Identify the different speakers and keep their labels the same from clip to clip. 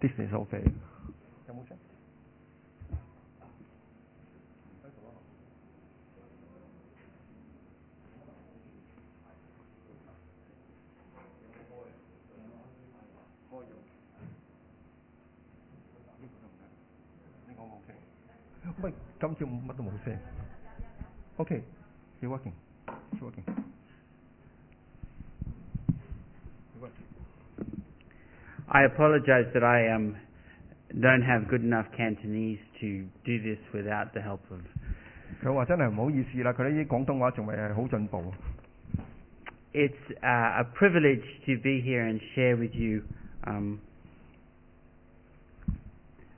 Speaker 1: Disney 收飛。有冇啫？喂，今朝乜都冇聲。OK，you're working, you're working. You're working.
Speaker 2: I apologize that I um, don't have good enough Cantonese to do this without the help of.
Speaker 1: 佢話真係唔好意思啦，佢呢啲廣東話仲未係好進步。
Speaker 2: It's uh, a privilege to be here and share with you um,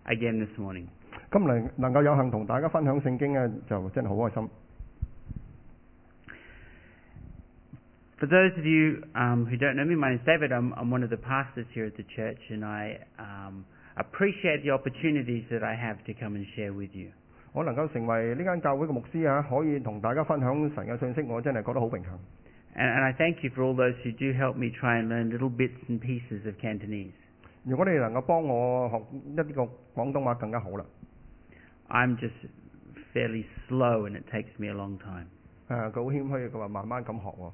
Speaker 2: again this morning.
Speaker 1: 咁能能夠有幸同大家分享聖經咧，就真係好開心。
Speaker 2: For those of you um, who don't know me, my name's David. I'm, I'm one of the pastors here at the church, and I um, appreciate the opportunities that I have to come and share with you.
Speaker 1: 我能夠成為呢間教會嘅牧師啊，可以同大家分享神嘅信息，我真係覺得好榮幸。
Speaker 2: And, and I thank you for all those who do help me try and learn little bits and pieces of Cantonese.
Speaker 1: 如果你能夠幫我學一啲個廣東話更加好啦。
Speaker 2: I'm just fairly slow, and it takes me a long time.
Speaker 1: 誒，啊佢好謙虛，佢話慢慢咁學喎。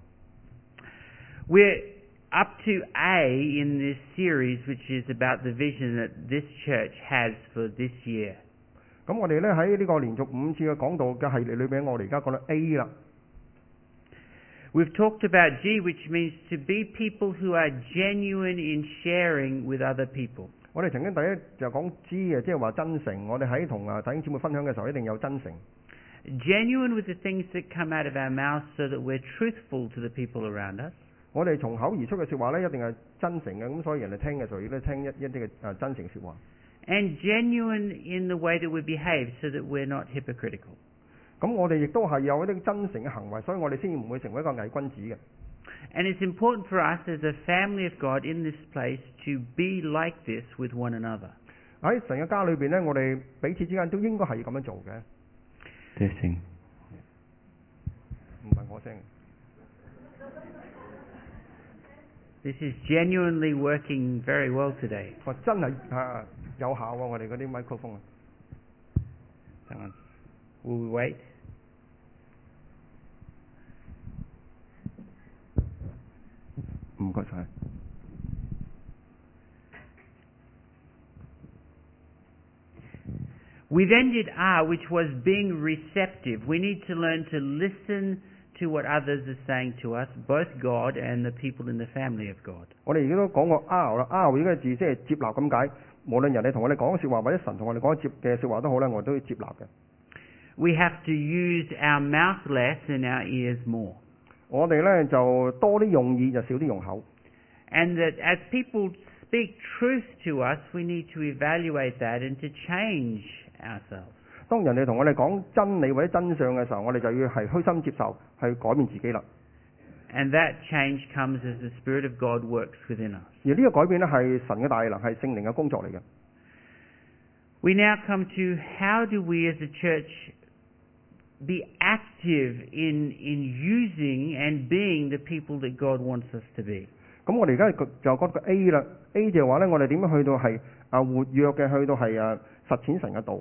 Speaker 2: We're up to A in this series, which is about the vision that this church has for this year.
Speaker 1: 咁我哋呢，喺呢個連續五次嘅講道嘅系列裏邊，我哋而家講到 A 啦。
Speaker 2: We've talked about G, which means to be people who are genuine in sharing with other people.
Speaker 1: 我哋曾經第一就講知嘅，即係話真誠。我哋喺同啊弟兄姊妹分享嘅時候，一定有真誠。
Speaker 2: Genuine with the things that come out of our mouths so that we're truthful to the people around us.
Speaker 1: 我哋從口而出嘅説話呢，一定係真誠嘅。咁所以人哋聽嘅時候，亦都聽一一啲嘅誒真誠説話。
Speaker 2: And genuine in the way that we behave so that we're not hypocritical.
Speaker 1: 咁我哋亦都係有一啲真誠嘅行為，所以我哋先唔會成為一個偽君子嘅。
Speaker 2: And it's important for us as a family of God in this place to be like this with one another.
Speaker 1: 喺神嘅家裏邊呢，我哋彼此之間都應該係咁樣做嘅，唔係我聲。
Speaker 2: This is genuinely working very well today.
Speaker 1: 我真係啊有效啊！我哋嗰啲 microphone 啊，
Speaker 2: Hang on. Will we wait?
Speaker 1: Không có sai.
Speaker 2: We then did R, which was being receptive. We need to learn to listen to what others are saying to us, both God and the people in the family of God.
Speaker 1: 我哋而家都講過 R 啦，R 呢個字即係接納咁解。無論人哋同我哋講説話，或者神同我哋講接嘅説話都好啦，我哋都要接納嘅。
Speaker 2: We have to use our mouth less and our ears more.
Speaker 1: 我哋呢就多啲用意，就少啲用口。
Speaker 2: And that as people speak truth to us, we need to evaluate that and to change ourselves.
Speaker 1: 當人哋同我哋講真理或者真相嘅時候，我哋就要係虛心接受，去改變自己啦。
Speaker 2: And that change comes as the Spirit of God works within us.
Speaker 1: 而呢個改變呢，係神嘅大能，係聖靈嘅工作嚟嘅。
Speaker 2: We now come to how do we as a church be active in, in using and being the people that God wants us to be.
Speaker 1: 咁我哋而家就就講個 A 啦，A 就係話呢，我哋點樣去到係啊活躍嘅，去到係啊實踐神嘅道。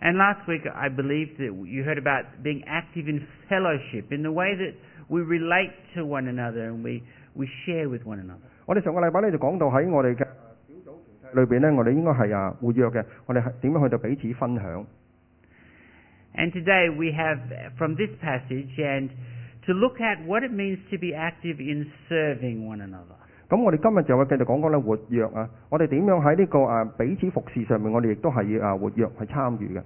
Speaker 2: And last week I believe that you heard about being active in fellowship, in the way that we relate to one another and we, we share with one another.
Speaker 1: 我哋上個禮拜咧就講到喺我哋嘅啊小組團體裏邊咧，我哋應該係啊活躍嘅，我哋係點樣去到彼此分享。
Speaker 2: And today we have uh, from this passage and to look at what it means to be active in serving one another.
Speaker 1: 咁我哋今日就會繼續講講咧活躍啊，我哋點樣喺呢個啊彼此服侍上面，我哋亦都係要啊活躍去參與嘅。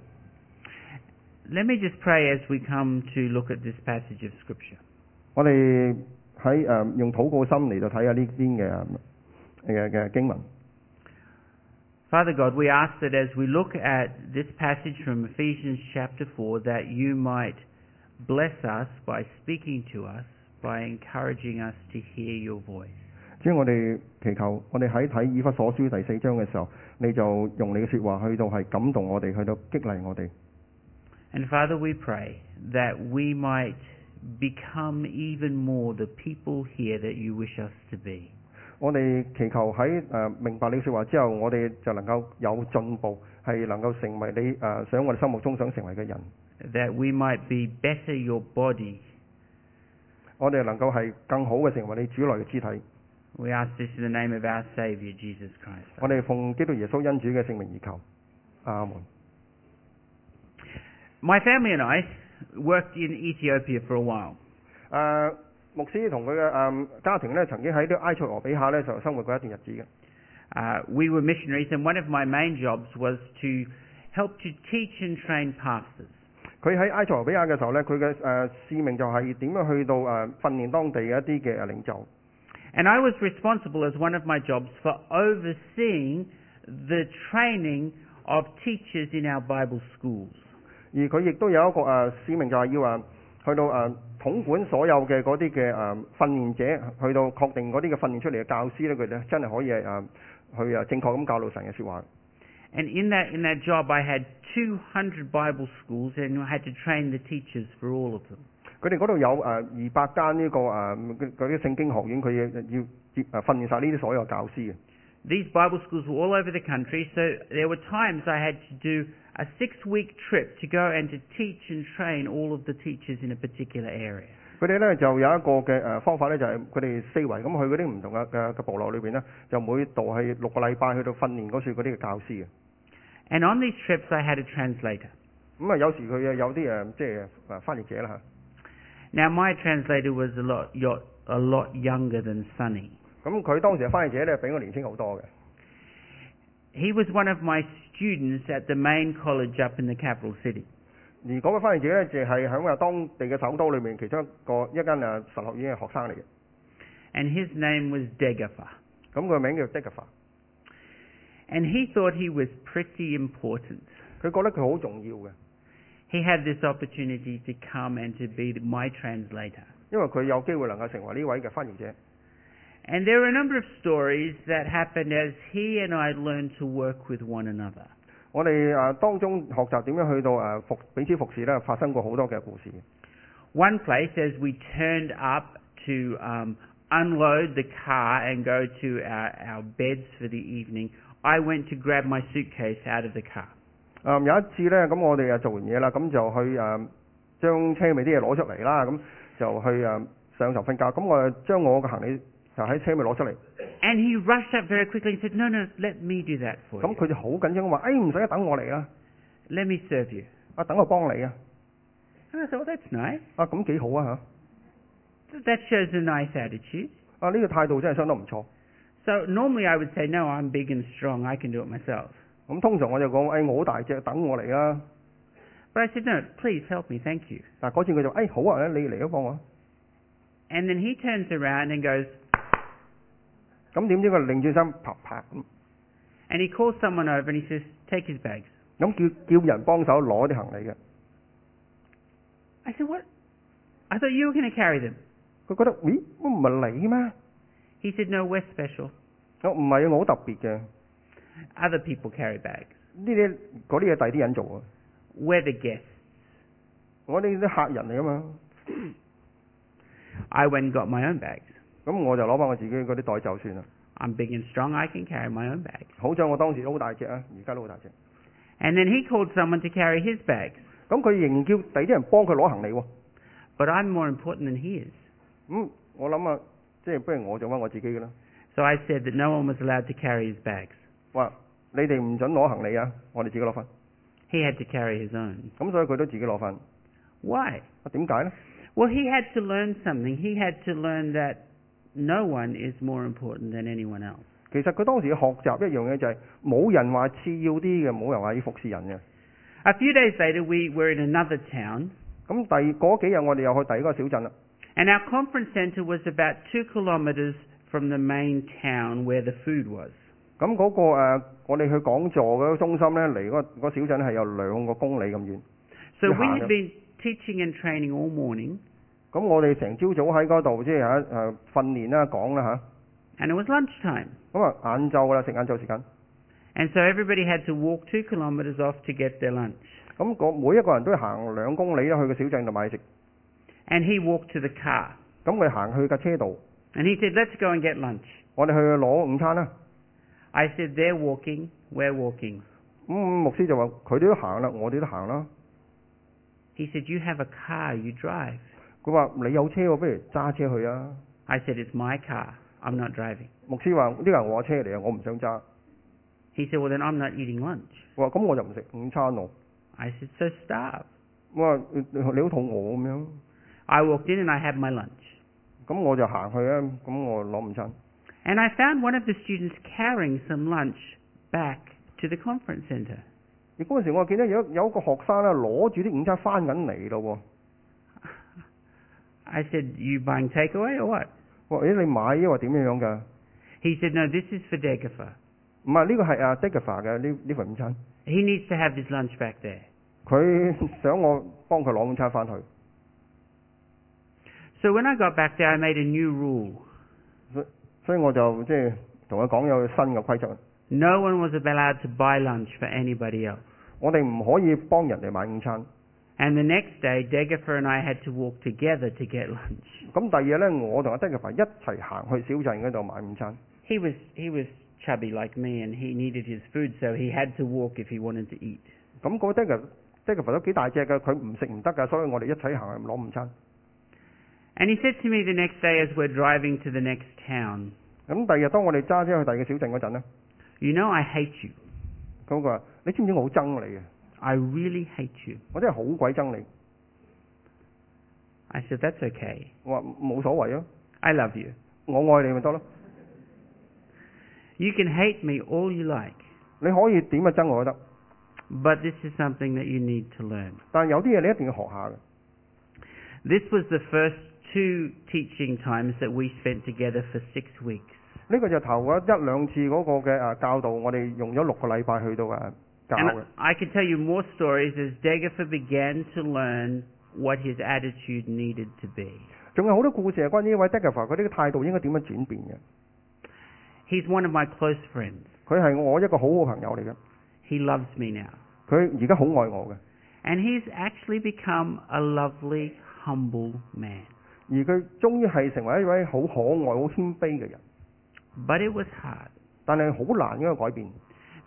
Speaker 2: Let me just pray as we come to look at this passage of Scripture.
Speaker 1: 我哋喺誒用禱告心嚟到睇下呢邊嘅啊嘅嘅經文。
Speaker 2: Father God, we ask that as we look at this passage from Ephesians chapter 4, that you might bless us by speaking to us, by encouraging us to hear your voice.
Speaker 1: 主，我哋祈求，我哋喺睇以弗所書第四章嘅時候，你就用你嘅説話去到係感動我哋，去到激勵我哋。
Speaker 2: And Father, we pray that we might become even more the people here that you wish us to be.
Speaker 1: 我哋祈求喺誒、呃明白你嘅説話之後，我哋就能夠有進步，係能夠成為你誒、呃想我哋心目中想成為嘅人。
Speaker 2: that we might be better your body.
Speaker 1: 我哋能夠係更好嘅成為你主內嘅肢體。
Speaker 2: We ask this in the name of our Saviour, Jesus Christ.
Speaker 1: 我哋奉基督耶穌恩主嘅聖名而求，阿門。
Speaker 2: My family and I worked in Ethiopia for a while.
Speaker 1: 誒、呃牧師同佢嘅誒家庭咧，曾經喺呢個埃塞俄比亞咧就生活過一段日子嘅。
Speaker 2: Uh, we were missionaries, and one of my main jobs was to help to teach and train pastors.
Speaker 1: 佢喺埃塞俄比亞嘅時候咧，佢嘅誒使命就係點樣去到誒訓練當地嘅一啲嘅領袖。
Speaker 2: And I was responsible as one of my jobs for overseeing the training of teachers in our Bible schools.
Speaker 1: 而佢亦都有一個誒、呃使命，就係要誒去到誒、呃、統管所有嘅嗰啲嘅誒訓練者，去到確定嗰啲嘅訓練出嚟嘅教師咧，佢哋真係可以誒、呃去誒正確咁教導神嘅説話。
Speaker 2: And in that, in that job, I had 200 Bible schools and I had to train the teachers for all of them.
Speaker 1: 佢哋嗰度有誒二百間呢個誒嗰嗰啲聖經學院，佢要要接誒訓練晒呢啲所有教師嘅。
Speaker 2: These Bible schools were all over the country, so there were times I had to do a six week trip to go and to teach and train all of the teachers in a particular area.
Speaker 1: 佢哋咧就有一個嘅誒方法咧，就係佢哋四圍咁去嗰啲唔同嘅嘅嘅部落裏邊咧，就每度係六個禮拜去到訓練嗰處嗰啲嘅教師嘅。
Speaker 2: And on these trips, I had a translator.
Speaker 1: 咁啊，有時佢有啲誒即係誒翻譯者啦嚇。
Speaker 2: Now, my translator was a lot, yo- a lot younger than Sonny.
Speaker 1: 咁佢當時嘅翻譯者咧，比我年輕好多嘅。
Speaker 2: He was one of my students at the main college up in the capital city.
Speaker 1: 而嗰個翻譯者咧，就係喺啊當地嘅首都裏面其中一個一間誒神學院嘅學生嚟嘅。
Speaker 2: And his name was Degafa.
Speaker 1: 咁佢個名叫 d e g a f a
Speaker 2: And he thought he was pretty important.
Speaker 1: 佢覺得佢好重要嘅，
Speaker 2: He had this opportunity to come and to be my translator.
Speaker 1: 因為佢有機會能夠成為呢位嘅翻譯者。
Speaker 2: And there were a number of stories that happened as he and I learned to work with one another.
Speaker 1: 我哋誒當中學習點樣去到誒服彼此服侍咧，發生過好多嘅故事。
Speaker 2: One place, as we turned up to um, unload the car and go to our, our beds for the evening, I went to grab my suitcase out of the car.
Speaker 1: 誒、啊有一次咧，咁我哋誒啊做完嘢啦，咁就去誒、將車尾啲嘢攞出嚟啦，咁就去誒、上床瞓覺。咁我就將我嘅行李就喺車尾攞出嚟，
Speaker 2: And he rushed up very quickly and said, No, no, let me do that for
Speaker 1: 咁
Speaker 2: you.
Speaker 1: 佢就好緊張咁話：，哎誒唔使等我嚟啦，
Speaker 2: Let me serve you.
Speaker 1: 啊等我幫你啊！
Speaker 2: And I thought, Well, that's nice.
Speaker 1: 啊咁幾好啊嚇！
Speaker 2: Th- That shows a nice attitude.
Speaker 1: 啊，呢、個態度真係相當唔錯。
Speaker 2: So normally I would say, No, I'm big and strong. I can do it myself.
Speaker 1: 咁通常我就講，誒、我好大隻，等我嚟啊啦。
Speaker 2: But I said, No, please help me. Thank you.
Speaker 1: 但嗰次佢就，誒、好啊，你嚟咗幫我啊。
Speaker 2: And then he turns around and goes,
Speaker 1: 咁點知佢擰轉身，啪啪咁，
Speaker 2: and he calls someone over and he says, Take his bags.
Speaker 1: 咁叫叫人幫手攞啲行李嘅。
Speaker 2: I said, What? I thought you were going to carry them.
Speaker 1: 佢覺得，咦，乜唔係你咩？
Speaker 2: He said, No, we're special.
Speaker 1: 我唔係啊，我好特別嘅。
Speaker 2: Other people carry bags.
Speaker 1: 呢啲嗰啲嘢第啲人做啊。
Speaker 2: We're the guests.
Speaker 1: 我哋啲客人嚟噶嘛，
Speaker 2: I went and got my own bags.
Speaker 1: 咁我就攞翻我自己嗰啲袋就算啦。
Speaker 2: I'm big and strong. I can carry my own bags.
Speaker 1: 好在我當時都好大隻啊，而家都好大隻。
Speaker 2: And then he called someone to carry his bags.
Speaker 1: 咁佢仍然叫第啲人幫佢攞行李喎。
Speaker 2: But I'm more important than he is.
Speaker 1: 咁我諗啊，即係不如我做翻我自己嘅啦。
Speaker 2: So I said that no one was allowed to carry his bags.
Speaker 1: 話你哋唔准攞行李啊，我哋自己攞翻。
Speaker 2: He had to carry his own.
Speaker 1: 咁所以佢都自己攞翻。啊，
Speaker 2: Why?
Speaker 1: 點解呢？
Speaker 2: Well, he had to learn something. He had to learn that no one is more important than anyone else.
Speaker 1: 其實佢當時嘅學習一樣嘢就係冇人話次要啲嘅，冇人話要服侍人嘅。
Speaker 2: A few days later, we were in another town,
Speaker 1: 咁第二嗰幾日我哋又去第二個小鎮啦。
Speaker 2: and our conference center was about two kilometers from the main town where the food was.
Speaker 1: 咁嗰、個、呃、我哋去講座嗰個中心呢，離嗰、嗰小鎮係有兩個公里咁遠。
Speaker 2: So
Speaker 1: Yeah,
Speaker 2: we
Speaker 1: I
Speaker 2: had
Speaker 1: know.
Speaker 2: been teaching and training all morning,
Speaker 1: 咁我哋成朝早喺嗰度即係嚇誒訓練啦、講啦
Speaker 2: and it was lunchtime.
Speaker 1: 嚇。咁啊晏晝啦，食晏晝時間。
Speaker 2: And so everybody had to walk two kilometers off to get their lunch.
Speaker 1: 咁個每一個人都行兩公里啦，去個小鎮度買食。
Speaker 2: And he walked to the car.
Speaker 1: 咁佢行去架車度，
Speaker 2: And he said, Let's go and get lunch.
Speaker 1: 我哋去攞午餐啦。
Speaker 2: I said, They're walking, we're walking.
Speaker 1: 咁、牧師就話：佢哋都行啦，我哋都行啦。
Speaker 2: He said, You have a car, you drive.
Speaker 1: 佢話：你有車喎，不如揸車去啊！
Speaker 2: I said, It's my car, I'm not driving.
Speaker 1: 牧師話：呢個係我車嚟啊，我唔想揸。
Speaker 2: He said, Well, then I'm not eating lunch.
Speaker 1: 我話：咁我就唔食午餐咯。
Speaker 2: I said, So starve.
Speaker 1: 我話：你你好肚餓咁樣，
Speaker 2: I walked in and I had my lunch.
Speaker 1: 咁我就行去啊。咁我攞午餐。
Speaker 2: And I found one of the students carrying some lunch back to the conference center.
Speaker 1: 而嗰陣時，我見到有有一個學生咧攞住啲午餐翻緊嚟咯喎。
Speaker 2: I said, You buying takeaway or what?
Speaker 1: 我話：咦，你買抑或點樣樣㗎？
Speaker 2: He said, No, this is for Degifer.
Speaker 1: 唔係呢個係啊 d e g a f a 嘅呢呢份午餐，
Speaker 2: He needs to have his lunch back there.
Speaker 1: 佢 想我幫佢攞午餐翻去。
Speaker 2: So when I got back there, I made a new rule.
Speaker 1: 所以我就即係同佢講有新嘅規則，
Speaker 2: No one was allowed to buy lunch for anybody else.
Speaker 1: 我哋唔可以幫人哋買午餐。
Speaker 2: And the next day, Degifer and I had to walk together to get lunch.
Speaker 1: 咁第二日咧，我同阿 d e g a f a 一齊行去小鎮嗰度買午餐。
Speaker 2: He was he was chubby like me, and he needed his food, so he had to walk if he wanted to eat.
Speaker 1: 咁嗰 d e g a d e g a f a 都幾大隻嘅，佢唔食唔得㗎，所以我哋一齊行去攞午餐。
Speaker 2: And he said to me the next day, as we're driving to the next town,
Speaker 1: 咁第二日當我哋揸車去第二個小鎮嗰陣咧，
Speaker 2: "You know, I hate you.
Speaker 1: 咁佢話：你知唔知我好憎你啊？
Speaker 2: I really hate you."
Speaker 1: 我真係好鬼憎你。
Speaker 2: I said, "That's okay.
Speaker 1: 我話冇所謂啊，
Speaker 2: I love you.
Speaker 1: 我愛你咪得咯。
Speaker 2: You can hate me all you like,
Speaker 1: 你可以點啊憎我都得，
Speaker 2: but this is something that you need to learn."
Speaker 1: 但係有啲嘢你一定要學下嘅。
Speaker 2: This was the first two teaching times that we spent together for six weeks.
Speaker 1: 呢個就頭嗰一兩次嗰個嘅啊教導，我哋用咗六個禮拜去到啊教
Speaker 2: And
Speaker 1: 嘅。
Speaker 2: I can tell you more stories as Degifer began to learn what his attitude needed to be.
Speaker 1: 仲有好多故事係關於呢位 d e g a f a 佢呢個態度應該點樣轉變嘅。
Speaker 2: He's one of my close friends.
Speaker 1: 佢係我一個好好朋友嚟嘅，
Speaker 2: He loves me now.
Speaker 1: 佢而家好愛我嘅，
Speaker 2: And he's actually become a lovely, humble man.
Speaker 1: 而佢終於係成為一位好可愛、好謙卑嘅人。
Speaker 2: But it was hard.
Speaker 1: 但係好難因為改變，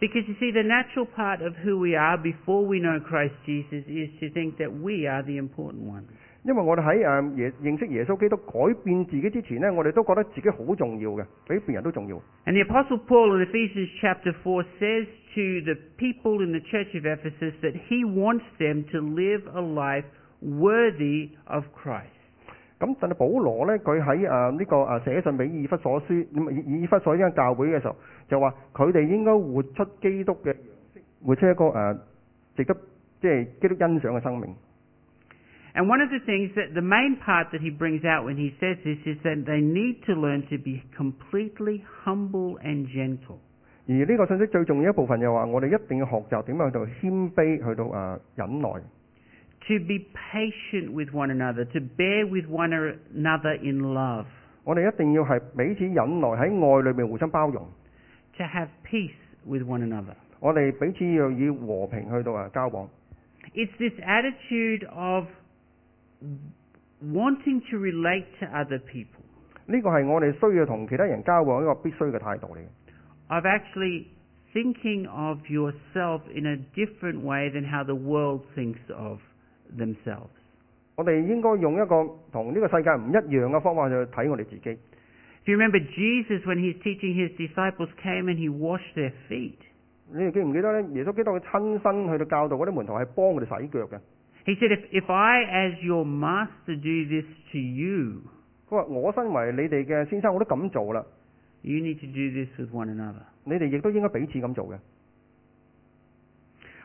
Speaker 2: Because you see, the natural part of who we are before we know Christ Jesus is to think that we are the important ones.
Speaker 1: 因為我哋喺誒耶認識耶穌基督改變自己之前呢，我哋都覺得自己好重要嘅，比別人都重要。
Speaker 2: And the Apostle Paul in Ephesians chapter 4 says to the people in the church of Ephesus that he wants them to live a life worthy of Christ.
Speaker 1: 咁但係保羅呢，佢喺誒呢個誒寫信俾以弗所書咁以以弗所呢間教會嘅時候，就話佢哋應該活出基督嘅樣式，活出一個誒、呃值得即係基督欣賞嘅生命。
Speaker 2: And one of the things that the main part that he brings out when he says this is that they need to learn to be completely humble and gentle.
Speaker 1: 而呢個信息最重要一部分就話，我哋一定要學習點樣去到謙卑，去到誒、呃忍耐，
Speaker 2: To be patient with one another, to bear with one ar- another in love,
Speaker 1: 我哋一定要係彼此忍耐喺愛裏面互相包容，
Speaker 2: to have peace with one another.
Speaker 1: 我哋彼此要以和平去到誒呃交往。
Speaker 2: It's this attitude of wanting to relate to other people,
Speaker 1: 呢個係我哋需要同其他人交往一個必須嘅態度嚟嘅。
Speaker 2: of actually thinking of yourself in a different way than how the world thinks of themselves.
Speaker 1: 我哋應該用一個同呢個世界唔一樣嘅方法去睇我哋自己。
Speaker 2: If you remember, Jesus, when he's teaching his disciples, came and he washed their feet.
Speaker 1: 你哋記唔記得呢？耶穌基督佢親身去到教導嗰啲門徒係幫佢哋洗腳嘅。
Speaker 2: He said, if, if I, as your master, do this to you,
Speaker 1: 佢話：我身為你哋嘅先生，我都咁做啦。
Speaker 2: you need to do this with one another.
Speaker 1: 你哋亦都應該彼此咁做嘅。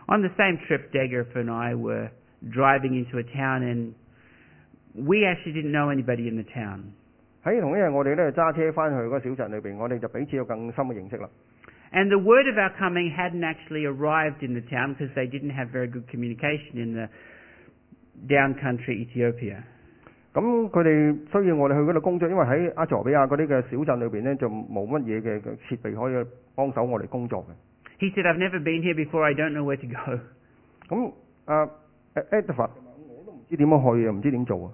Speaker 2: On the same trip, Daggerf and I were driving into a town, and we actually didn't know anybody in the town.
Speaker 1: 喺同一日，我哋咧揸車翻去嗰個小鎮裏邊，我哋就彼此有更深嘅認識啦。
Speaker 2: And the word of our coming hadn't actually arrived in the town because they didn't have very good communication in the down country Ethiopia.
Speaker 1: 咁佢哋需要我哋去嗰度工作，因為喺阿塞俄比亞嗰啲嘅小鎮裏邊呢，就冇乜嘢嘅嘅設備可以幫手我哋工作嘅。
Speaker 2: He said, I've never been here before, I don't know where to go.
Speaker 1: 咁啊 e d v a 我都唔知點樣去啊，唔知點做啊。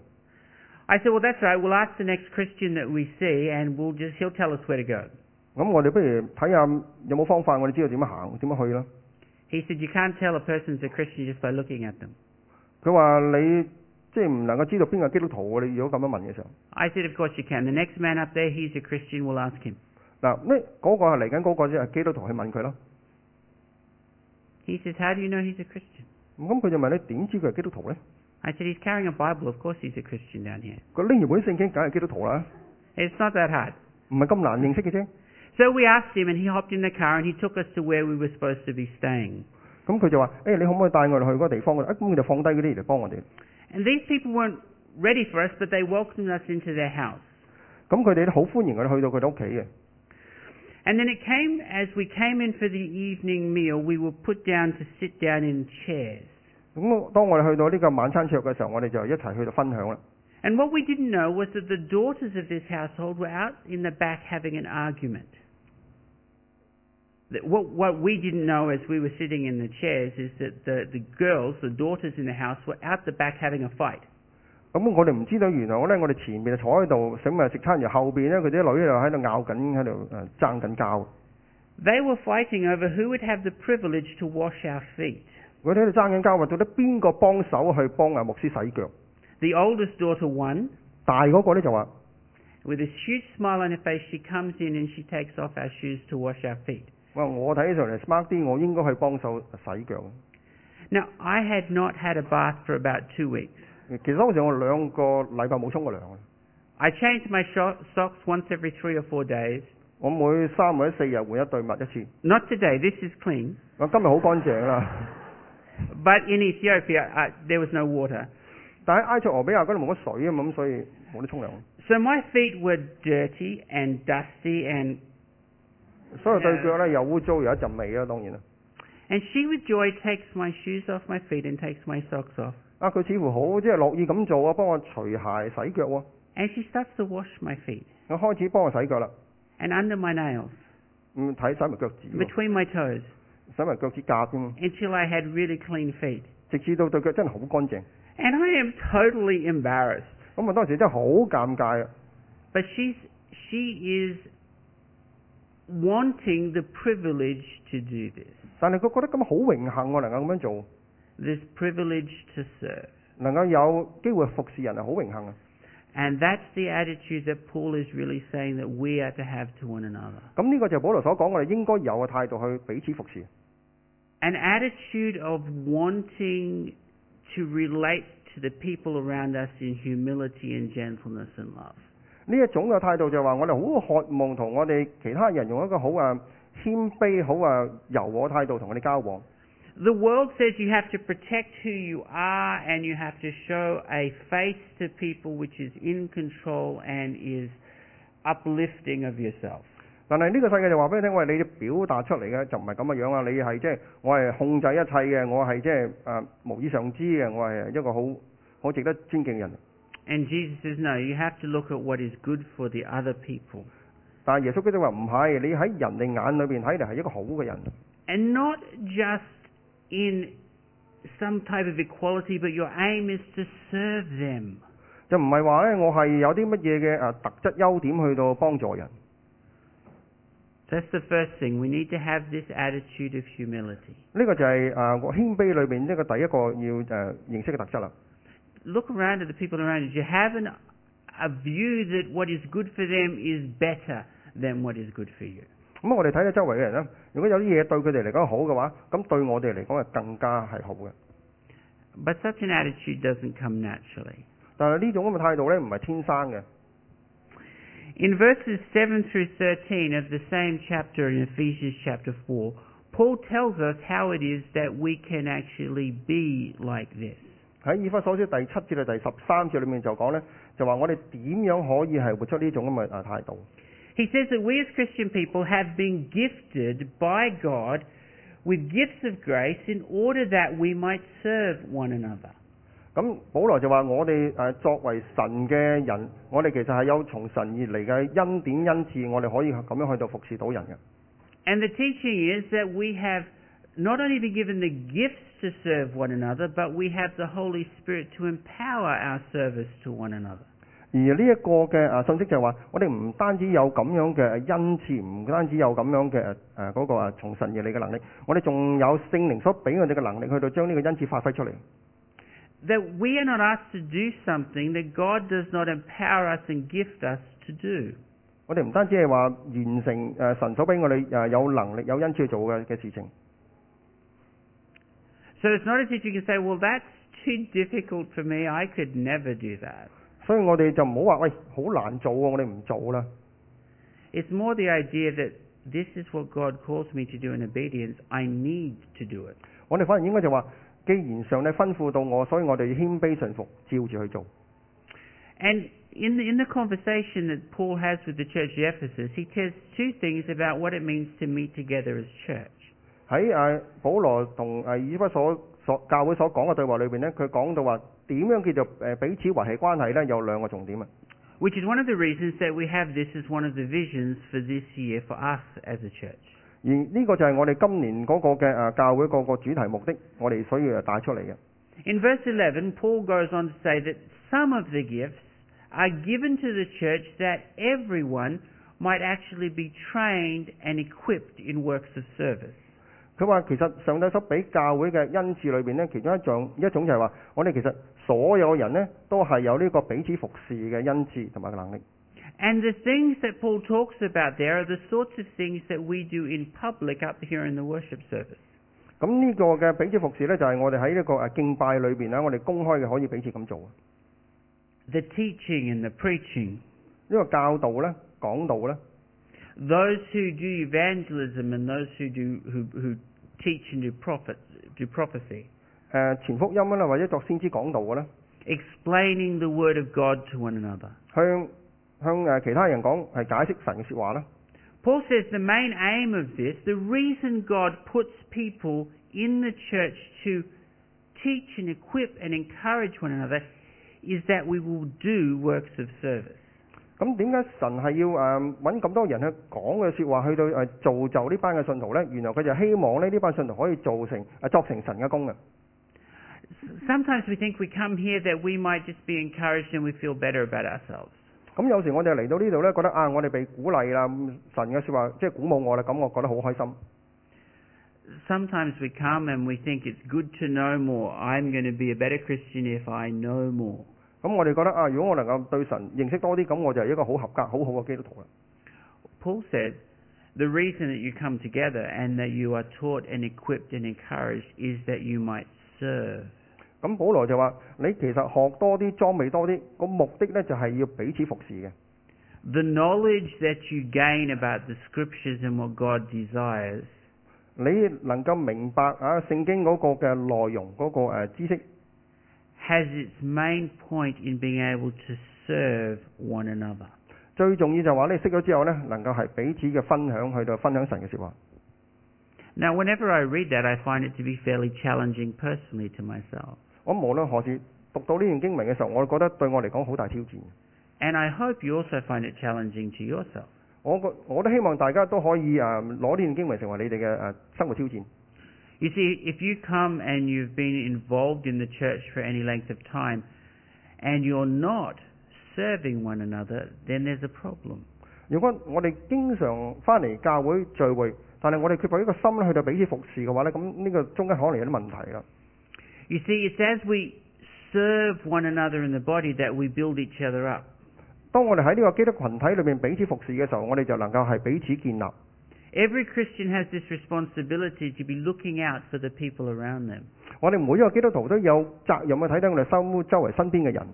Speaker 2: I I said, well, that's all right. We'll ask the next Christian that we see, and we'll just he'll tell us where to go.
Speaker 1: 咁我哋不如睇下有冇方法，我哋知道點樣行，點樣去啦。
Speaker 2: He said, you can't tell a person's a Christian just by looking at them.
Speaker 1: 佢話你即係唔能夠知道邊個係基督徒喎。你如果咁樣問嘅時候，
Speaker 2: I said, of course you can. The next man up there, he's a Christian. We'll ask him.
Speaker 1: 嗱呢嗰個係嚟緊嗰個即係基督徒去問佢啦。
Speaker 2: He says, how do you know he's a Christian?
Speaker 1: 咁佢就問你點知佢係基督徒呢？
Speaker 2: I said, he's carrying a Bible. Of course he's a Christian down here.
Speaker 1: 佢拎住本聖經梗係基督徒啦，
Speaker 2: It's not that hard.
Speaker 1: 唔係咁難認識嘅啫。
Speaker 2: So we asked him, and he hopped in the car and he took us to where we were supposed to be staying.
Speaker 1: 咁佢就話：，誒、你可唔可以帶我哋去嗰個地方嗰度？啊，咁佢就放低嗰啲嚟幫我哋。
Speaker 2: And these people weren't ready for us, but they welcomed us into their house.
Speaker 1: 咁佢哋都好歡迎我哋去到佢哋屋企嘅。
Speaker 2: And then it came, as we came in for the evening meal, we were put down to sit down in chairs.
Speaker 1: 咁我當我哋去到呢個晚餐桌嘅時候，我哋就一齊去到分享啦。
Speaker 2: And what we didn't know was that the daughters of this household were out in the back having an argument. That What, what we didn't know as we were sitting in the chairs is that the, the girls, the daughters in the house, were out the back having a fight.
Speaker 1: 咁我哋唔知道原來咧，我哋前面就坐喺度食咪食餐，而後邊咧佢啲女就喺度拗緊，喺度誒爭緊交。
Speaker 2: They were fighting over who would have the privilege to wash our feet.
Speaker 1: 佢哋喺度呃爭緊交，話到底邊個幫手去幫啊阿牧師洗腳？
Speaker 2: The oldest daughter won.
Speaker 1: 大嗰個咧就話：
Speaker 2: With this huge smile on her face, she comes in and she takes off our shoes to wash our feet.
Speaker 1: 哇！我睇起上嚟 smart 啲，我應該去幫手洗腳。
Speaker 2: Now, I had not had a bath for about two weeks.
Speaker 1: 其實嗰時我兩個禮拜冇沖過涼嘅，
Speaker 2: I changed my sho- socks once every three or four days.
Speaker 1: 我每三或者四日換一對襪一次。
Speaker 2: Not today, this is clean.
Speaker 1: 我今日好乾淨啦，
Speaker 2: But in Ethiopia, uh, there was no water.
Speaker 1: 但喺埃塞俄比亞嗰度冇乜水啊嘛，咁所以冇得沖涼。
Speaker 2: So my feet were dirty and dusty and,
Speaker 1: 所以對腳咧又污糟又一陣味啊啦，當然啦。
Speaker 2: and she with joy takes my shoes off my feet and takes my socks off.
Speaker 1: 啊，佢似乎好即係樂意咁做啊，幫我除鞋洗腳喎。
Speaker 2: And she starts to wash my feet
Speaker 1: 佢開始幫我洗腳啦，
Speaker 2: and under my nails,
Speaker 1: 嗯，睇洗埋腳趾喎，
Speaker 2: between my toes,
Speaker 1: 洗埋腳趾甲添，
Speaker 2: until I had really clean feet.
Speaker 1: 直至到對腳真係好乾淨。
Speaker 2: And I am totally embarrassed.
Speaker 1: 咁啊，當時真係好尷尬啊！
Speaker 2: But she's she is wanting the privilege to do this,
Speaker 1: 但係佢覺得咁好榮幸，我能夠咁樣做，
Speaker 2: this privilege to serve.
Speaker 1: 能夠有機會服侍人係好榮幸啊！
Speaker 2: And that's the attitude that Paul is really saying that we are to have to one another.
Speaker 1: 咁呢個就係保羅所講，我哋應該有嘅態度去彼此服侍，
Speaker 2: An attitude of wanting to relate to the people around us in humility and gentleness and love.
Speaker 1: 呢一種嘅態度就係話，我哋好渴望同我哋其他人用一個好啊謙卑、好啊柔和嘅態度同我哋交往。
Speaker 2: The world says you have to protect who you are and you have to show a face to people which is in control and is uplifting of yourself.
Speaker 1: 但係呢個世界就話俾你聽，喂，你表達出嚟嘅就唔係咁嘅樣啊！你係即係我係控制一切嘅，我係即係誒無以上知嘅，我係一個好好值得尊敬嘅人。
Speaker 2: And Jesus says, no, you have to look at what is good for the other people
Speaker 1: 但係耶穌基督話唔係，你喺人哋眼裏邊睇嚟係一個好嘅人，
Speaker 2: and not just in some type of equality, but your aim is to serve them.
Speaker 1: 就唔係話咧我係有啲乜嘢嘅誒特質優點去到幫助人。
Speaker 2: That's the first thing. We need to have this attitude of humility.
Speaker 1: 呢個就係誒我謙卑裏邊呢個第一個要誒認識嘅特質啦。
Speaker 2: look around at the people around you. Do you have an, a view that what is good for them is better than what is good for you?
Speaker 1: 咁我哋睇睇周圍嘅人啦，如果有啲嘢對佢哋嚟講好嘅話，咁對我哋嚟講係更加係好嘅。
Speaker 2: But such an attitude doesn't come naturally.
Speaker 1: 但係呢種咁嘅態度呢，唔係天生嘅。
Speaker 2: In verses 7 through 13 of the same chapter in Ephesians chapter 4, Paul tells us how it is that we can actually be like this.
Speaker 1: 喺以弗所書第七節到第十三節裏面就講呢，就話我哋點樣可以係活出呢種咁嘅啊態度。
Speaker 2: He says that we as Christian people have been gifted by God with gifts of grace in order that we might serve one another.
Speaker 1: 咁保羅就話我哋誒作為神嘅人，我哋其實係有從神而嚟嘅恩典恩賜，我哋可以咁樣去到服侍到人嘅。
Speaker 2: And the teaching is that we have not only been given the gifts to serve one another, but we have the Holy Spirit to empower our service to one another.
Speaker 1: 而呢一個嘅誒信息就係話，我哋唔單止有咁樣嘅恩賜，唔單止有咁樣嘅誒嗰個誒啊從神而嚟嘅能力，我哋仲有聖靈所俾我哋嘅能力，去到將呢個恩賜發揮出嚟。
Speaker 2: That we are not asked to do something that God does not empower us and gift us to do.
Speaker 1: 我哋唔單止係話完成誒神所俾我哋誒有能力、有恩賜去做嘅嘅事情，
Speaker 2: So it's not as if you can say, well, that's too difficult for me. I could never do that.
Speaker 1: 所以我哋就唔好話喂好難做喎，我哋唔做啦。
Speaker 2: It's more the idea that this is what God calls me to do in obedience. I need to do it.
Speaker 1: 我哋反而應該就話，既然上帝吩咐到我，所以我哋要謙卑順服，照住去做。
Speaker 2: And in the, in the conversation that Paul has with the church at Ephesus, he says two things about what it means to meet together as church.
Speaker 1: 喺誒保羅同誒以弗所所教會所講嘅對話裏邊呢，佢講到話點樣叫做誒彼此維係關係呢？有兩個重點啊。
Speaker 2: Which is one of the reasons that we have this as one of the visions for this year for us as a church.
Speaker 1: 而呢個就係我哋今年嗰個嘅誒教會嗰個主題目的，我哋所以誒帶出嚟嘅。
Speaker 2: In verse 11, Paul goes on to say that some of the gifts are given to the church that everyone might actually be trained and equipped in works of service.
Speaker 1: 佢話其實上帝所俾教會嘅恩賜裏邊呢，其中一種一種就係話，我哋其實所有人呢，都係有呢個彼此服侍嘅恩賜同埋嘅能力。
Speaker 2: And the things that Paul talks about there are the sorts of things that we do in public up here in the worship service.
Speaker 1: 咁呢個嘅彼此服侍呢，就係我哋喺呢個誒敬拜裏邊呢，我哋公開嘅可以彼此咁做。呢、
Speaker 2: The teaching and the preaching,
Speaker 1: 個教導呢，講道呢，
Speaker 2: those who do evangelism and those who do who, who teach and do prophet do prophecy,
Speaker 1: 誒、傳福音啦，或者作先知講道嘅呢，
Speaker 2: explaining the word of God to one another.
Speaker 1: 向向誒其他人講係解釋神嘅説話啦。
Speaker 2: Paul says the main aim of this, the reason God puts people in the church to teach and equip and encourage one another, is that we will do works of service.
Speaker 1: 咁點解神係要誒揾咁多人去講嘅説話，去到誒、呃造就呢班嘅信徒呢？原來佢就希望呢呢班信徒可以做成誒、呃作成神嘅功嘅。
Speaker 2: Sometimes we think we come here that we might just be encouraged and we feel better about ourselves.
Speaker 1: 咁有時我哋嚟到呢度呢，覺得啊，我哋被鼓勵啦，嗯神嘅説話即係鼓舞我啦，咁我覺得好開心。
Speaker 2: Sometimes we come and we think it's good to know more. I'm going to be a better Christian if I know more.
Speaker 1: 咁我哋覺得啊，如果我能夠對神認識多啲，咁我就係一個好合格、好好嘅基督徒啦。
Speaker 2: Paul says the reason that you come together and that you are taught and equipped and encouraged is that you might serve.
Speaker 1: 咁保羅就話：你其實學多啲、裝備多啲，個目的呢就係要彼此服侍嘅。
Speaker 2: The knowledge that you gain about the scriptures and what God desires
Speaker 1: 你能夠明白啊聖經嗰個嘅內容嗰、個、呃、知識，
Speaker 2: has its main point in being able to serve one another.
Speaker 1: 最重要就係話你識咗之後呢，能夠係彼此嘅分享，去到分享神嘅説話。
Speaker 2: Now, whenever I read that, I find it to be fairly challenging personally to myself.
Speaker 1: 我無論何時讀到呢段經文嘅時候，我覺得對我嚟講好大挑戰。
Speaker 2: And I hope you also find it challenging to yourself.
Speaker 1: 我個我都希望大家都可以啊攞呢段經文成為你哋嘅誒生活挑戰。
Speaker 2: You see, if you come and you've been involved in the church for any length of time and you're not serving one another, then there's a problem.
Speaker 1: 如果我哋經常翻嚟教會聚會，但係我哋缺乏呢個心去到彼此服侍嘅話呢，咁呢個中間可能有啲問題啦。
Speaker 2: You see, it's as we serve one another in the body that we build each other up.
Speaker 1: 當我哋喺呢個基督群體裏面彼此服侍嘅時候，我哋就能夠係彼此建立。
Speaker 2: Every Christian has this responsibility to be looking out for the people around them,
Speaker 1: 我哋每一個基督徒都有責任去睇睇我哋周周圍身邊嘅人，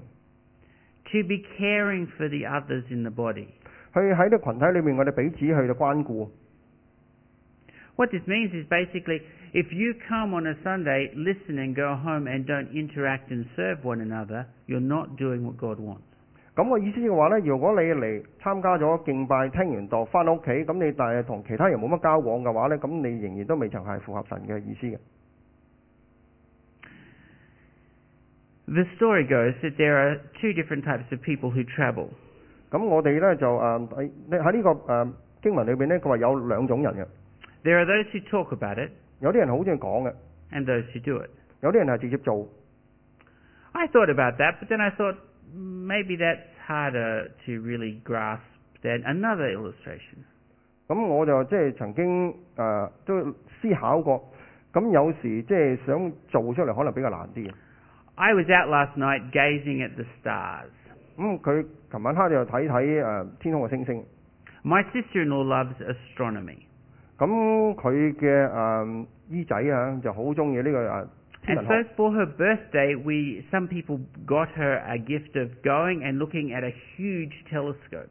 Speaker 2: to be caring for the others in the body.
Speaker 1: 去喺呢個群體裏面，我哋彼此去到關顧。
Speaker 2: What this means is basically if you come on a Sunday, listen and go home and don't interact and serve one another, you're not doing what God wants.
Speaker 1: 咁我意思嘅話呢，如果你嚟參加咗敬拜、聽完道、翻屋企，咁你但係同其他人冇乜交往嘅話呢，咁你仍然都未曾係符合神嘅意思嘅。
Speaker 2: The story goes that there are two different types of people who travel.
Speaker 1: 咁我哋呢，就嗯誒喺喺呢個誒、呃經文裏邊呢，佢話有兩種人嘅，
Speaker 2: There are those who talk about it
Speaker 1: 有啲人好中意講嘅，
Speaker 2: and those who do it.
Speaker 1: 有啲人係直接做。
Speaker 2: I thought about that, but then I thought maybe that's harder to really grasp than another illustration.
Speaker 1: 咁我就即係曾經誒、呃都思考過，咁有時即係想做出嚟可能比較難啲嘅。
Speaker 2: I was out last night gazing at the stars.
Speaker 1: 咁佢琴晚黑就睇睇誒天空嘅星星，
Speaker 2: My sister in law loves astronomy.
Speaker 1: 咁佢嘅誒姨仔啊就好中意呢個誒、呃天文
Speaker 2: And so
Speaker 1: 學。
Speaker 2: for her birthday, we some people got her a gift of going and looking at a huge telescope.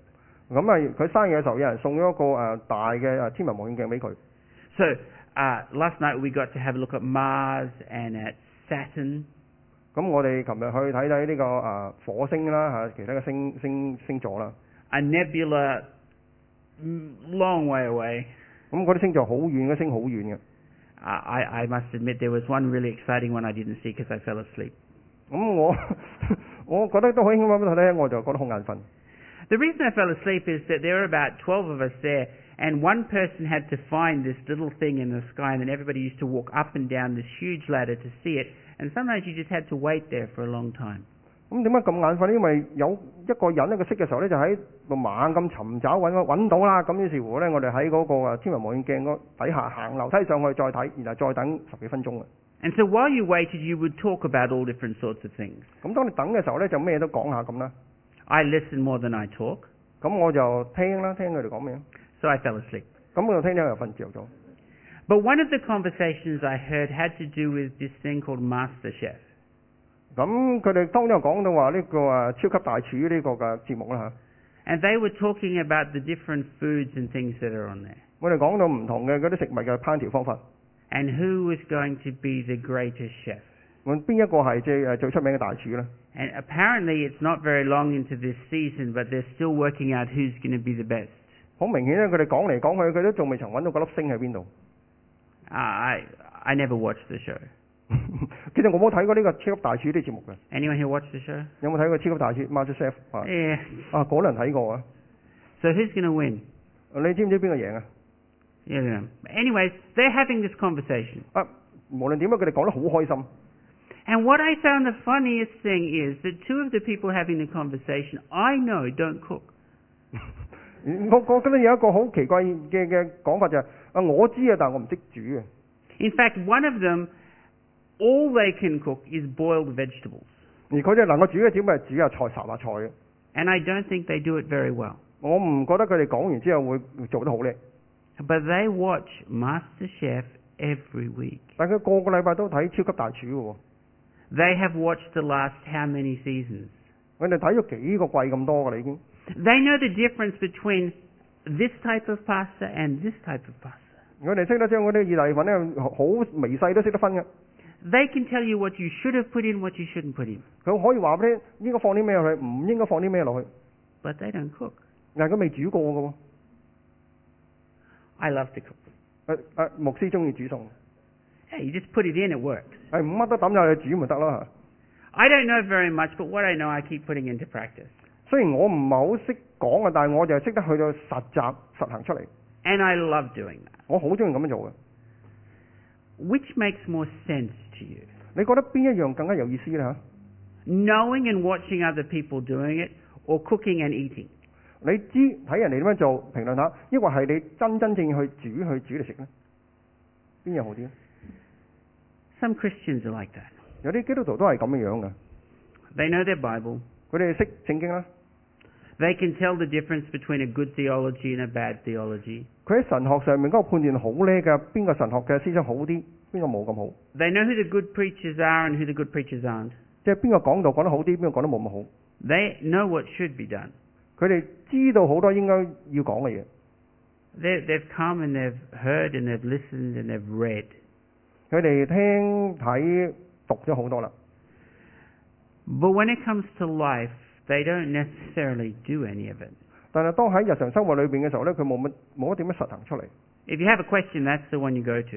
Speaker 1: 咁啊，佢生日嘅時候有人送咗一個誒、呃大嘅誒天文望遠鏡俾佢。
Speaker 2: So uh, last night we got to have a look at Mars and at Saturn.
Speaker 1: 咁我哋琴日去睇睇呢個誒、呃火星啦嚇、其他嘅星星星座啦。
Speaker 2: a nebula mm, long way away.
Speaker 1: 咁嗰啲星座好遠，嗰啲星好遠嘅。
Speaker 2: Uh, I, I must admit there was one really exciting one I didn't see because I fell asleep.
Speaker 1: 咁我 我覺得都好興奮，睇睇我就覺得好眼瞓。
Speaker 2: The reason I fell asleep is that there were about 12 of us there and one person had to find this little thing in the sky and then everybody used to walk up and down this huge ladder to see it and sometimes you just had to wait there for a long time.
Speaker 1: 咁點解咁眼瞓？因為有一個人咧，佢識嘅時候咧，就喺度猛咁尋找揾揾到啦。咁於是乎咧，我哋喺嗰個啊天文望遠鏡嗰底下行樓梯上去再睇，然後再等十幾分鐘嘅。
Speaker 2: And so while you waited you would talk about all different sorts of things.
Speaker 1: 咁當你等嘅時候咧，就咩都講下咁啦。
Speaker 2: I listen more than I talk,
Speaker 1: 咁我就聽啦，聽佢哋講咩。
Speaker 2: so I fell asleep.
Speaker 1: 咁我就聽聽佢又瞓着咗。
Speaker 2: But one of the conversations I heard had to do with this thing called MasterChef.
Speaker 1: 咁佢哋當中又講到話呢個啊超級大廚呢個嘅節目啦嚇，
Speaker 2: And they were talking about the different foods and things that are on there.
Speaker 1: 我哋講到唔同嘅嗰啲食物嘅烹調方法。
Speaker 2: And who was going to be the greatest chef.
Speaker 1: 咁邊一個係最誒最出名嘅大廚咧？
Speaker 2: And apparently it's not very long into this season, but they're still working out who's going to be the best.
Speaker 1: 好明顯咧，佢哋講嚟講去，佢都仲未曾揾到嗰粒星喺邊度。
Speaker 2: Uh, I, I never watched the show.
Speaker 1: 其實我冇睇過呢個超級大廚呢啲節目嘅，
Speaker 2: Anyone who watched the show?
Speaker 1: 有冇睇過超級大廚 Master Chef 啊？
Speaker 2: Yeah.
Speaker 1: 啊，嗰輪睇過啊！
Speaker 2: So who's going to win?
Speaker 1: 你知唔知邊個贏啊？
Speaker 2: You know. Anyways, they're having this conversation.
Speaker 1: 啊，無論點樣，佢哋講得好開心。
Speaker 2: And what I found the funniest thing is that two of the people having the conversation I know don't cook.
Speaker 1: 嗯我我覺得有一個好奇怪嘅嘅講法就係、啊，我知啊，但我唔識煮嘅。
Speaker 2: In fact, one of them, all they can cook is boiled vegetables.
Speaker 1: 而佢哋能夠煮嘅只不過係煮下菜、烚下菜嘅。
Speaker 2: And I don't think they do it very well.
Speaker 1: 我唔覺得佢哋講完之後會做得好叻，
Speaker 2: But they watch MasterChef every week.
Speaker 1: 但佢個個禮拜都睇超級大廚嘅喎。
Speaker 2: They have watched the last how many seasons?
Speaker 1: 佢哋睇咗幾個季咁多㗎啦已經。
Speaker 2: They know the difference between this type of pasta and this type of pasta.
Speaker 1: 佢哋識得將嗰啲意大利粉咧，好微細都識得分嘅。
Speaker 2: They can tell you what you should have put in, what you shouldn't put in.
Speaker 1: 佢可以話俾你應該放啲咩落去，唔應該放啲咩落去。
Speaker 2: But they don't cook.
Speaker 1: 但係佢未煮過嘅喎。
Speaker 2: I love to cook.
Speaker 1: 誒誒，牧師中意煮餸，
Speaker 2: Hey, you just put it in, it works.
Speaker 1: 誒乜都抌入去煮咪得啦嚇。
Speaker 2: I don't know very much, but what I know I keep putting into practice.
Speaker 1: 雖然我唔係好識講啊，但係我就係識得去到實習實行出嚟。
Speaker 2: And I love doing that.
Speaker 1: 我好中意咁樣做嘅。
Speaker 2: Which makes more sense to you?
Speaker 1: 你覺得邊一樣更加有意思咧嚇？
Speaker 2: knowing and watching other people doing it or cooking and eating.
Speaker 1: 你知睇人哋點樣做，評論下，抑或係你真真正正去煮去煮嚟食呢？邊樣好啲咧？
Speaker 2: Some Christians are like that.
Speaker 1: 有啲基督徒都係咁樣樣嘅，
Speaker 2: They know their Bible.
Speaker 1: 佢哋識聖經啦，
Speaker 2: They can tell the difference between a good theology and a bad theology.
Speaker 1: 佢喺神學上面嗰個判斷好叻嘅，邊個神學嘅思想好啲，邊個冇咁好，
Speaker 2: They know who the good preachers are and who the good preachers aren't.
Speaker 1: 即係邊個講道講得好啲，邊個講得冇咁好。
Speaker 2: They know what should be done.
Speaker 1: 佢哋知道好多應該要講嘅嘢，
Speaker 2: They, they've come and they've heard and they've listened and they've read.
Speaker 1: 佢哋聽睇讀咗好多啦。
Speaker 2: But when it comes to life, they don't necessarily do any of it.
Speaker 1: 但係當喺日常生活裏邊嘅時候呢，佢冇乜冇乜點樣實行出嚟。
Speaker 2: If you have a question, that's the one you go to.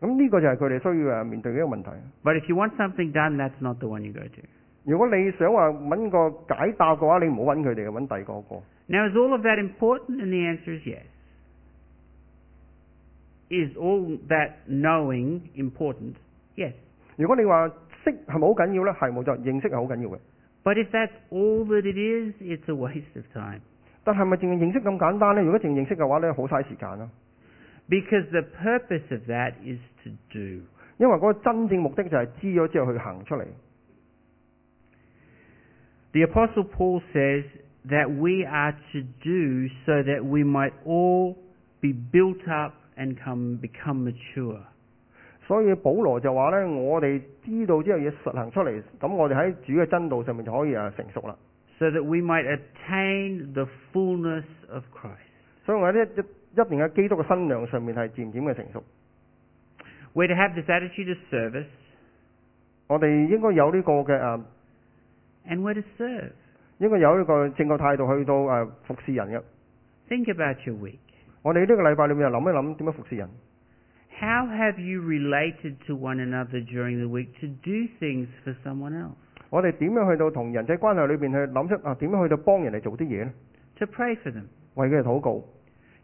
Speaker 1: 咁呢個就係佢哋需要誒呃面對嘅一個問題。
Speaker 2: But if you want something done, that's not the one you go to.
Speaker 1: 如果你想話揾個解答嘅話，你唔好揾佢哋，揾第二個個。
Speaker 2: Now, is all of that important? And the answer is yes. Is all that knowing important? Yes.
Speaker 1: 如果你話識係咪好緊要呢？係冇錯，認識係好緊要嘅。
Speaker 2: But if that's all that it is, it's a waste of time.
Speaker 1: 但係咪淨係認識咁簡單呢？如果淨係認識嘅話呢，好嘥時間啦。
Speaker 2: Because the purpose of that is to do.
Speaker 1: 因為嗰個真正目的就係知咗之後去行出嚟。
Speaker 2: The Apostle Paul says that we are to do so that we might all be built up and come, become mature.
Speaker 1: 所以保羅就話呢，我哋知道之後要實行出嚟，咁我哋喺主嘅真道上面就可以啊成熟啦。
Speaker 2: So that we might obtain the fullness of Christ.
Speaker 1: 所以我喺一一一年嘅基督嘅新娘上面係漸漸嘅成熟。
Speaker 2: We're to have this attitude of service
Speaker 1: 我哋應該有呢個嘅誒，
Speaker 2: and we're to serve.
Speaker 1: 應該有呢個正確態度去到誒服侍人嘅。
Speaker 2: Think about your week.
Speaker 1: 我哋呢個禮拜裏面又諗一諗點樣服侍人，
Speaker 2: How have you related to one another during the week to do things for someone else?
Speaker 1: 我哋點樣去到同人際關係裏邊去諗出啊點樣去到幫人哋做啲嘢呢？
Speaker 2: To pray for them,
Speaker 1: 為佢哋禱告。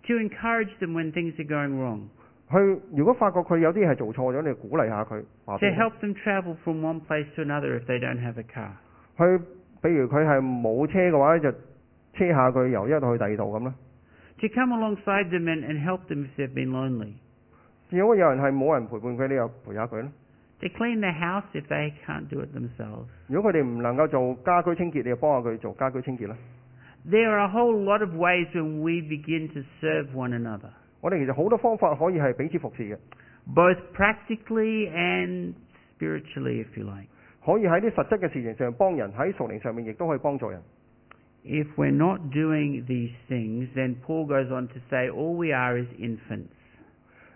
Speaker 2: to encourage them when things are going wrong,
Speaker 1: 去如果發覺佢有啲係做錯咗，你鼓勵下佢，話
Speaker 2: to
Speaker 1: 俾佢
Speaker 2: help them travel from one place to another if they don't have a car,
Speaker 1: 去，比如佢係冇車嘅話咧，就車下佢由一度去第二度咁啦。
Speaker 2: to come alongside them and, and help them if they've been lonely,
Speaker 1: 如果有人係冇人陪伴佢，你又陪下佢啦。
Speaker 2: to clean their house if they can't do it themselves.
Speaker 1: 如果佢哋唔能夠做家居清潔，你就幫下佢做家居清潔啦。
Speaker 2: There are a whole lot of ways when we begin to serve one another,
Speaker 1: 我哋其實好多方法可以係彼此服侍嘅，
Speaker 2: both practically and spiritually, if you like.
Speaker 1: 可以喺啲實質嘅事情上幫人，喺屬靈上面亦都可以幫助人。
Speaker 2: If we're not doing these things, then Paul goes on to say all we are is infants.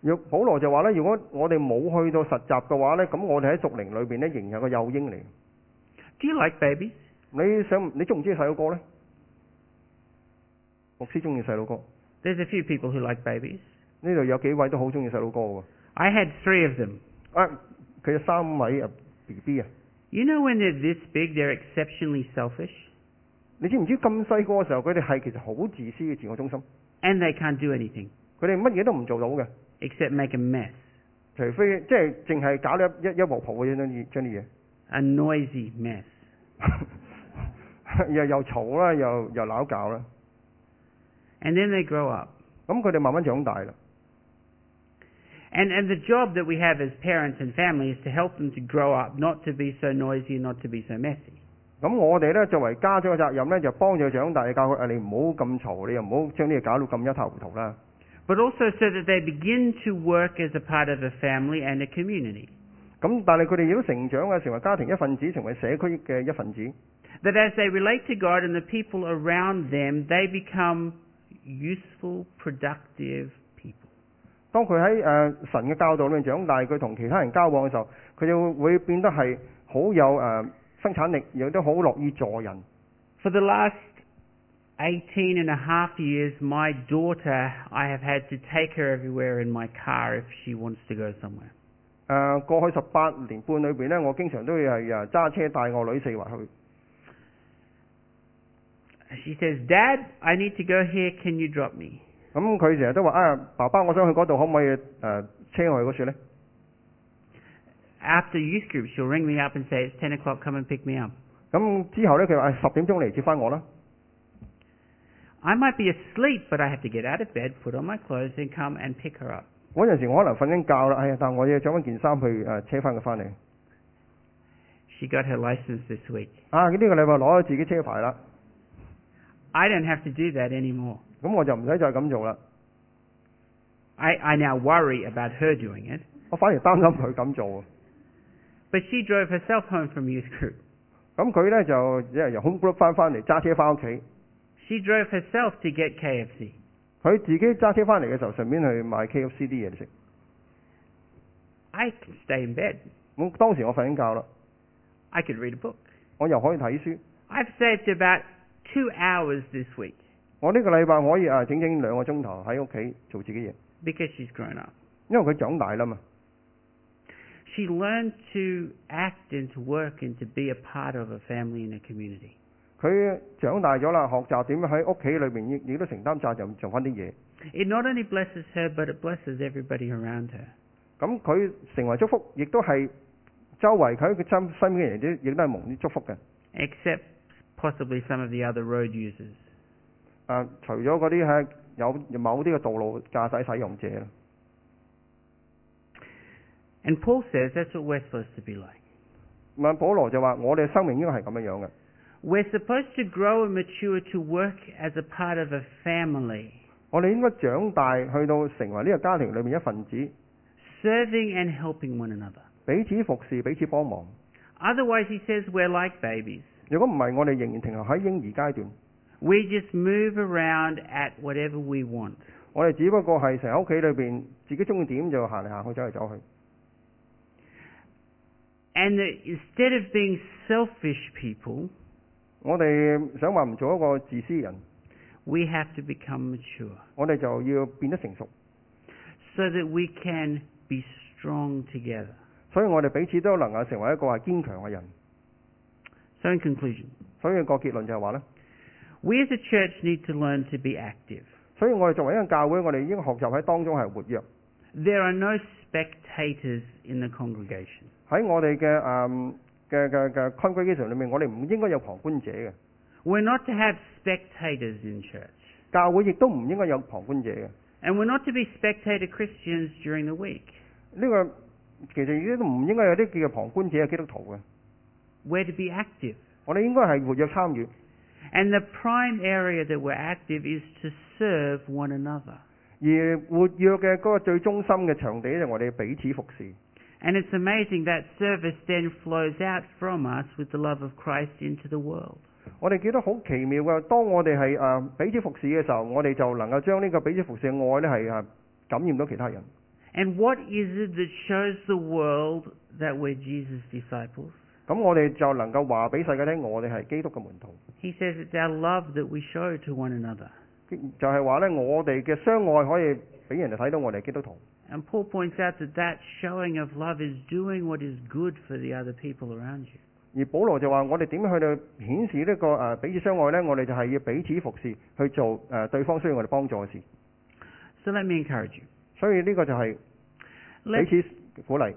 Speaker 1: 若保羅就話咧，如果我哋冇去到實習嘅話咧，咁我哋喺屬靈裏邊咧仍然係個幼嬰嚟。
Speaker 2: Do you like babies?
Speaker 1: 你想你中唔中意細佬哥咧？牧師中意細佬哥，
Speaker 2: There's a few people who like babies.
Speaker 1: 呢度有幾位都好中意細佬哥喎。
Speaker 2: I had three of them.
Speaker 1: 啊，佢有三位啊 B B 啊，
Speaker 2: You know, when they're this big, they're exceptionally selfish
Speaker 1: 你知唔知咁細個嘅時候，佢哋係其實好自私嘅自我中心，
Speaker 2: and they can't do anything
Speaker 1: 佢哋乜嘢都唔做到嘅，
Speaker 2: except make a mess.
Speaker 1: 除非即係淨係搞咗一一一鑊泡嘅將啲將啲嘢。
Speaker 2: A noisy mess.
Speaker 1: 又又嘈啦，又又鬧教啦。
Speaker 2: And then they grow up.
Speaker 1: 咁佢哋慢慢長大啦。
Speaker 2: And, and the job that we have as parents and family is to help them to grow up, not to be so noisy and not to be so messy.
Speaker 1: 咁我哋呢，作為家長嘅責任呢，就幫助佢長大，教佢啊，你唔好咁嘈，你又唔好將啲嘢搞到咁一塌糊塗啦。
Speaker 2: But also so that they begin to work as a part of a family and a community.
Speaker 1: 咁但係佢哋亦都成長啊，成為家庭一份子，成為社區嘅一份子。
Speaker 2: That as they relate to God and the people around them, they become useful, productive people.
Speaker 1: 當佢喺誒神嘅教導裏面長大，佢同其他人交往嘅時候，佢就會變得係好有誒、呃生產力，亦都好樂意助人。
Speaker 2: For the last 18 and a half years, my daughter, I have had to take her everywhere in my car if she wants to go somewhere.
Speaker 1: 誒、呃過去十八年半裏邊呢，我經常都要係誒揸車帶我女四圍去。
Speaker 2: She says, Dad, I need to go here. Can you drop me?
Speaker 1: 咁佢成日都話啊，爸爸，我想去嗰度，可唔可以誒、呃、車我去嗰處呢？
Speaker 2: After youth group, she'll ring me up and say, It's 10 o'clock, come and pick me up.
Speaker 1: 咁之後呢，佢話哎十點鐘嚟接翻我啦。
Speaker 2: I might be asleep, but I have to get out of bed, put on my clothes, and come and pick her up.
Speaker 1: 嗰陣時我可能瞓緊覺啦，哎呀，但我要着翻件衫去誒、呃、車翻佢翻嚟。
Speaker 2: She got her license this week.
Speaker 1: 啊，呢、個禮拜攞咗自己車牌啦，
Speaker 2: I don't have to do that anymore.
Speaker 1: 咁我就唔使再咁做啦。
Speaker 2: I, I now worry about her doing it.
Speaker 1: 我反而擔心佢咁做啊喎。
Speaker 2: But she drove herself home from youth group.
Speaker 1: 咁佢呢就即係由 home group 翻翻嚟揸車翻屋企，
Speaker 2: She drove herself to get KFC.
Speaker 1: 佢自己揸車翻嚟嘅時候，順便去買 KFC 啲嘢嚟食。
Speaker 2: I can stay in bed.
Speaker 1: 咁當時我瞓緊覺啦，
Speaker 2: I could read a book.
Speaker 1: 我又可以睇書。
Speaker 2: I've saved about two hours this week
Speaker 1: 我呢個禮拜可以啊整整兩個鐘頭喺屋企做自己嘢，
Speaker 2: because she's grown up.
Speaker 1: 因為佢長大啦嘛。
Speaker 2: She learned to act and to work and to be a part of a family and a community.
Speaker 1: 佢長大咗啦，學習點樣喺屋企裏邊亦亦都承擔責任做翻啲嘢。
Speaker 2: It not only blesses her, but it blesses everybody around her.
Speaker 1: 咁佢成為祝福，亦都係周圍佢佢身身邊嘅人都亦都係蒙啲祝福嘅，
Speaker 2: Except possibly some of the other road users.
Speaker 1: 啊，除咗嗰啲係有某啲嘅道路駕駛使用者啦。
Speaker 2: And Paul says that's what we're supposed to be like.
Speaker 1: 咁啊，保羅就話：我哋嘅生命應該係咁樣樣嘅。
Speaker 2: We're supposed to grow and mature to work as a part of a family,
Speaker 1: 我哋應該長大，去到成為呢個家庭裏面一份子，
Speaker 2: serving and helping one another.
Speaker 1: 彼此服侍，彼此幫忙。
Speaker 2: Otherwise, he says we're like babies.
Speaker 1: 如果唔係，我哋仍然停留喺嬰兒階段。
Speaker 2: We just move around at whatever we want.
Speaker 1: 我哋只不過係成日喺屋企裏邊，自己中意點就行嚟行去，走嚟走去。
Speaker 2: And that instead of being selfish people,
Speaker 1: 我哋想話唔做一個自私人，
Speaker 2: we have to become mature
Speaker 1: 我哋就要變得成熟。
Speaker 2: so that we can be strong together.
Speaker 1: 所以我哋彼此都能夠成為一個係堅強嘅人。
Speaker 2: So, in conclusion,
Speaker 1: 所以個結論就係話呢，
Speaker 2: we as a church need to learn to be active.
Speaker 1: 所以我哋作為一個教會，我哋應該學習喺當中係活躍。
Speaker 2: There are no spectators in the congregation.
Speaker 1: 喺我哋嘅誒嘅嘅嘅 congregation 裏面，我哋唔應該有旁觀者嘅，
Speaker 2: We're not to have spectators in church.
Speaker 1: 教會亦都唔應該有旁觀者嘅。
Speaker 2: And we're not to be spectator Christians during the week.
Speaker 1: 呢、個其實亦都唔應該有啲叫做旁觀者嘅基督徒嘅。
Speaker 2: We're to be active.
Speaker 1: 我哋應該係活躍參與，
Speaker 2: And the prime area that we're active is to serve one another.
Speaker 1: 而活躍嘅嗰個最中心嘅場地就係我哋彼此服侍。
Speaker 2: And it's amazing that service then flows out from us with the love of Christ into the world.
Speaker 1: 我哋見到好奇妙嘅，當我哋係誒彼此服侍嘅時候，我哋就能夠將呢個彼此服侍嘅愛呢係誒啊感染到其他人。
Speaker 2: And what is it that shows the world that we're Jesus' disciples?
Speaker 1: 咁我哋就能夠話俾世界聽，我哋係基督嘅門徒，
Speaker 2: He says it's our love that we show to one another.
Speaker 1: 就係話呢，我哋嘅相愛可以俾人哋睇到我哋係基督徒。
Speaker 2: And Paul points out that that showing of love is doing what is good for the other people around you.
Speaker 1: 而保羅就話：我哋點樣去到顯示呢、個誒、呃彼此相愛呢？我哋就係要彼此服侍，去做誒、呃、對方需要我哋幫助嘅事。
Speaker 2: So let me encourage you.
Speaker 1: 所以呢個就係
Speaker 2: Let's,
Speaker 1: 彼此鼓勵。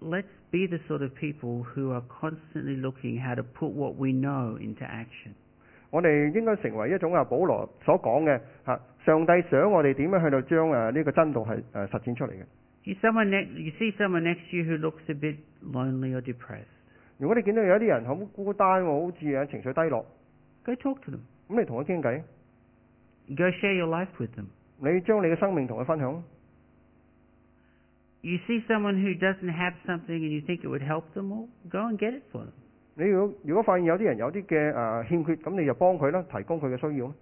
Speaker 2: let's be the sort of people who are constantly looking how to put what we know into action.
Speaker 1: 我哋應該成為一種啊保羅所講嘅嚇，上帝想我哋點樣去到將誒呢個真道係誒、呃、實踐出嚟嘅。
Speaker 2: You, someone ne- you see someone next to you who looks a bit lonely or depressed.
Speaker 1: 如果你見到有一啲人好孤單喎，好似啊情緒低落，
Speaker 2: Go talk to them.
Speaker 1: 咁你同佢傾偈，
Speaker 2: Go share your life with them.
Speaker 1: 你將你嘅生命同佢分享。
Speaker 2: You see someone who doesn't have something and you think it would help them, well, go and get it for them.
Speaker 1: 你如果如果發現有啲人有啲嘅誒欠缺，咁你就幫佢啦，提供佢嘅需要啦。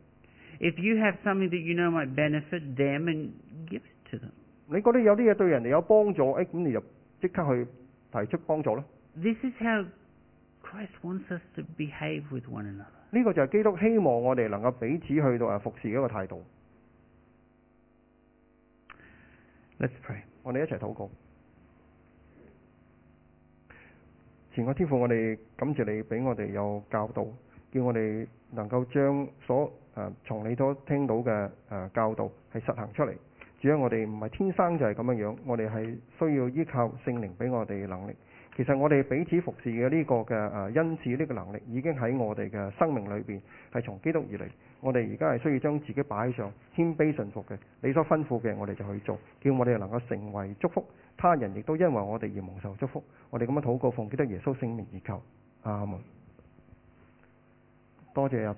Speaker 2: If you have something that you know might benefit them and give it to them.
Speaker 1: 你覺得有啲嘢對人哋有幫助，誒、咁你就即刻去提出幫助啦。
Speaker 2: This is how Christ wants us to behave with one another.
Speaker 1: 呢、個就係基督希望我哋能夠彼此去到誒服侍嘅一個態度。
Speaker 2: Let's pray.
Speaker 1: 我哋一齊禱告。前個天父，我哋感謝你俾我哋有教導，叫我哋能夠將所誒、呃、從你所聽到嘅誒、呃教導係實行出嚟。主要我哋唔係天生就係咁樣樣，我哋係需要依靠聖靈俾我哋能力。其實我哋彼此服侍嘅呢個嘅誒恩賜呢個能力，已經喺我哋嘅生命裏邊係從基督而嚟。我哋而家係需要將自己擺上，謙卑順服嘅。你所吩咐嘅，我哋就去做，叫我哋能夠成為祝福，他人亦都因為我哋而蒙受祝福。我哋咁樣禱告，奉基督耶穌聖名而求。阿門。多謝阿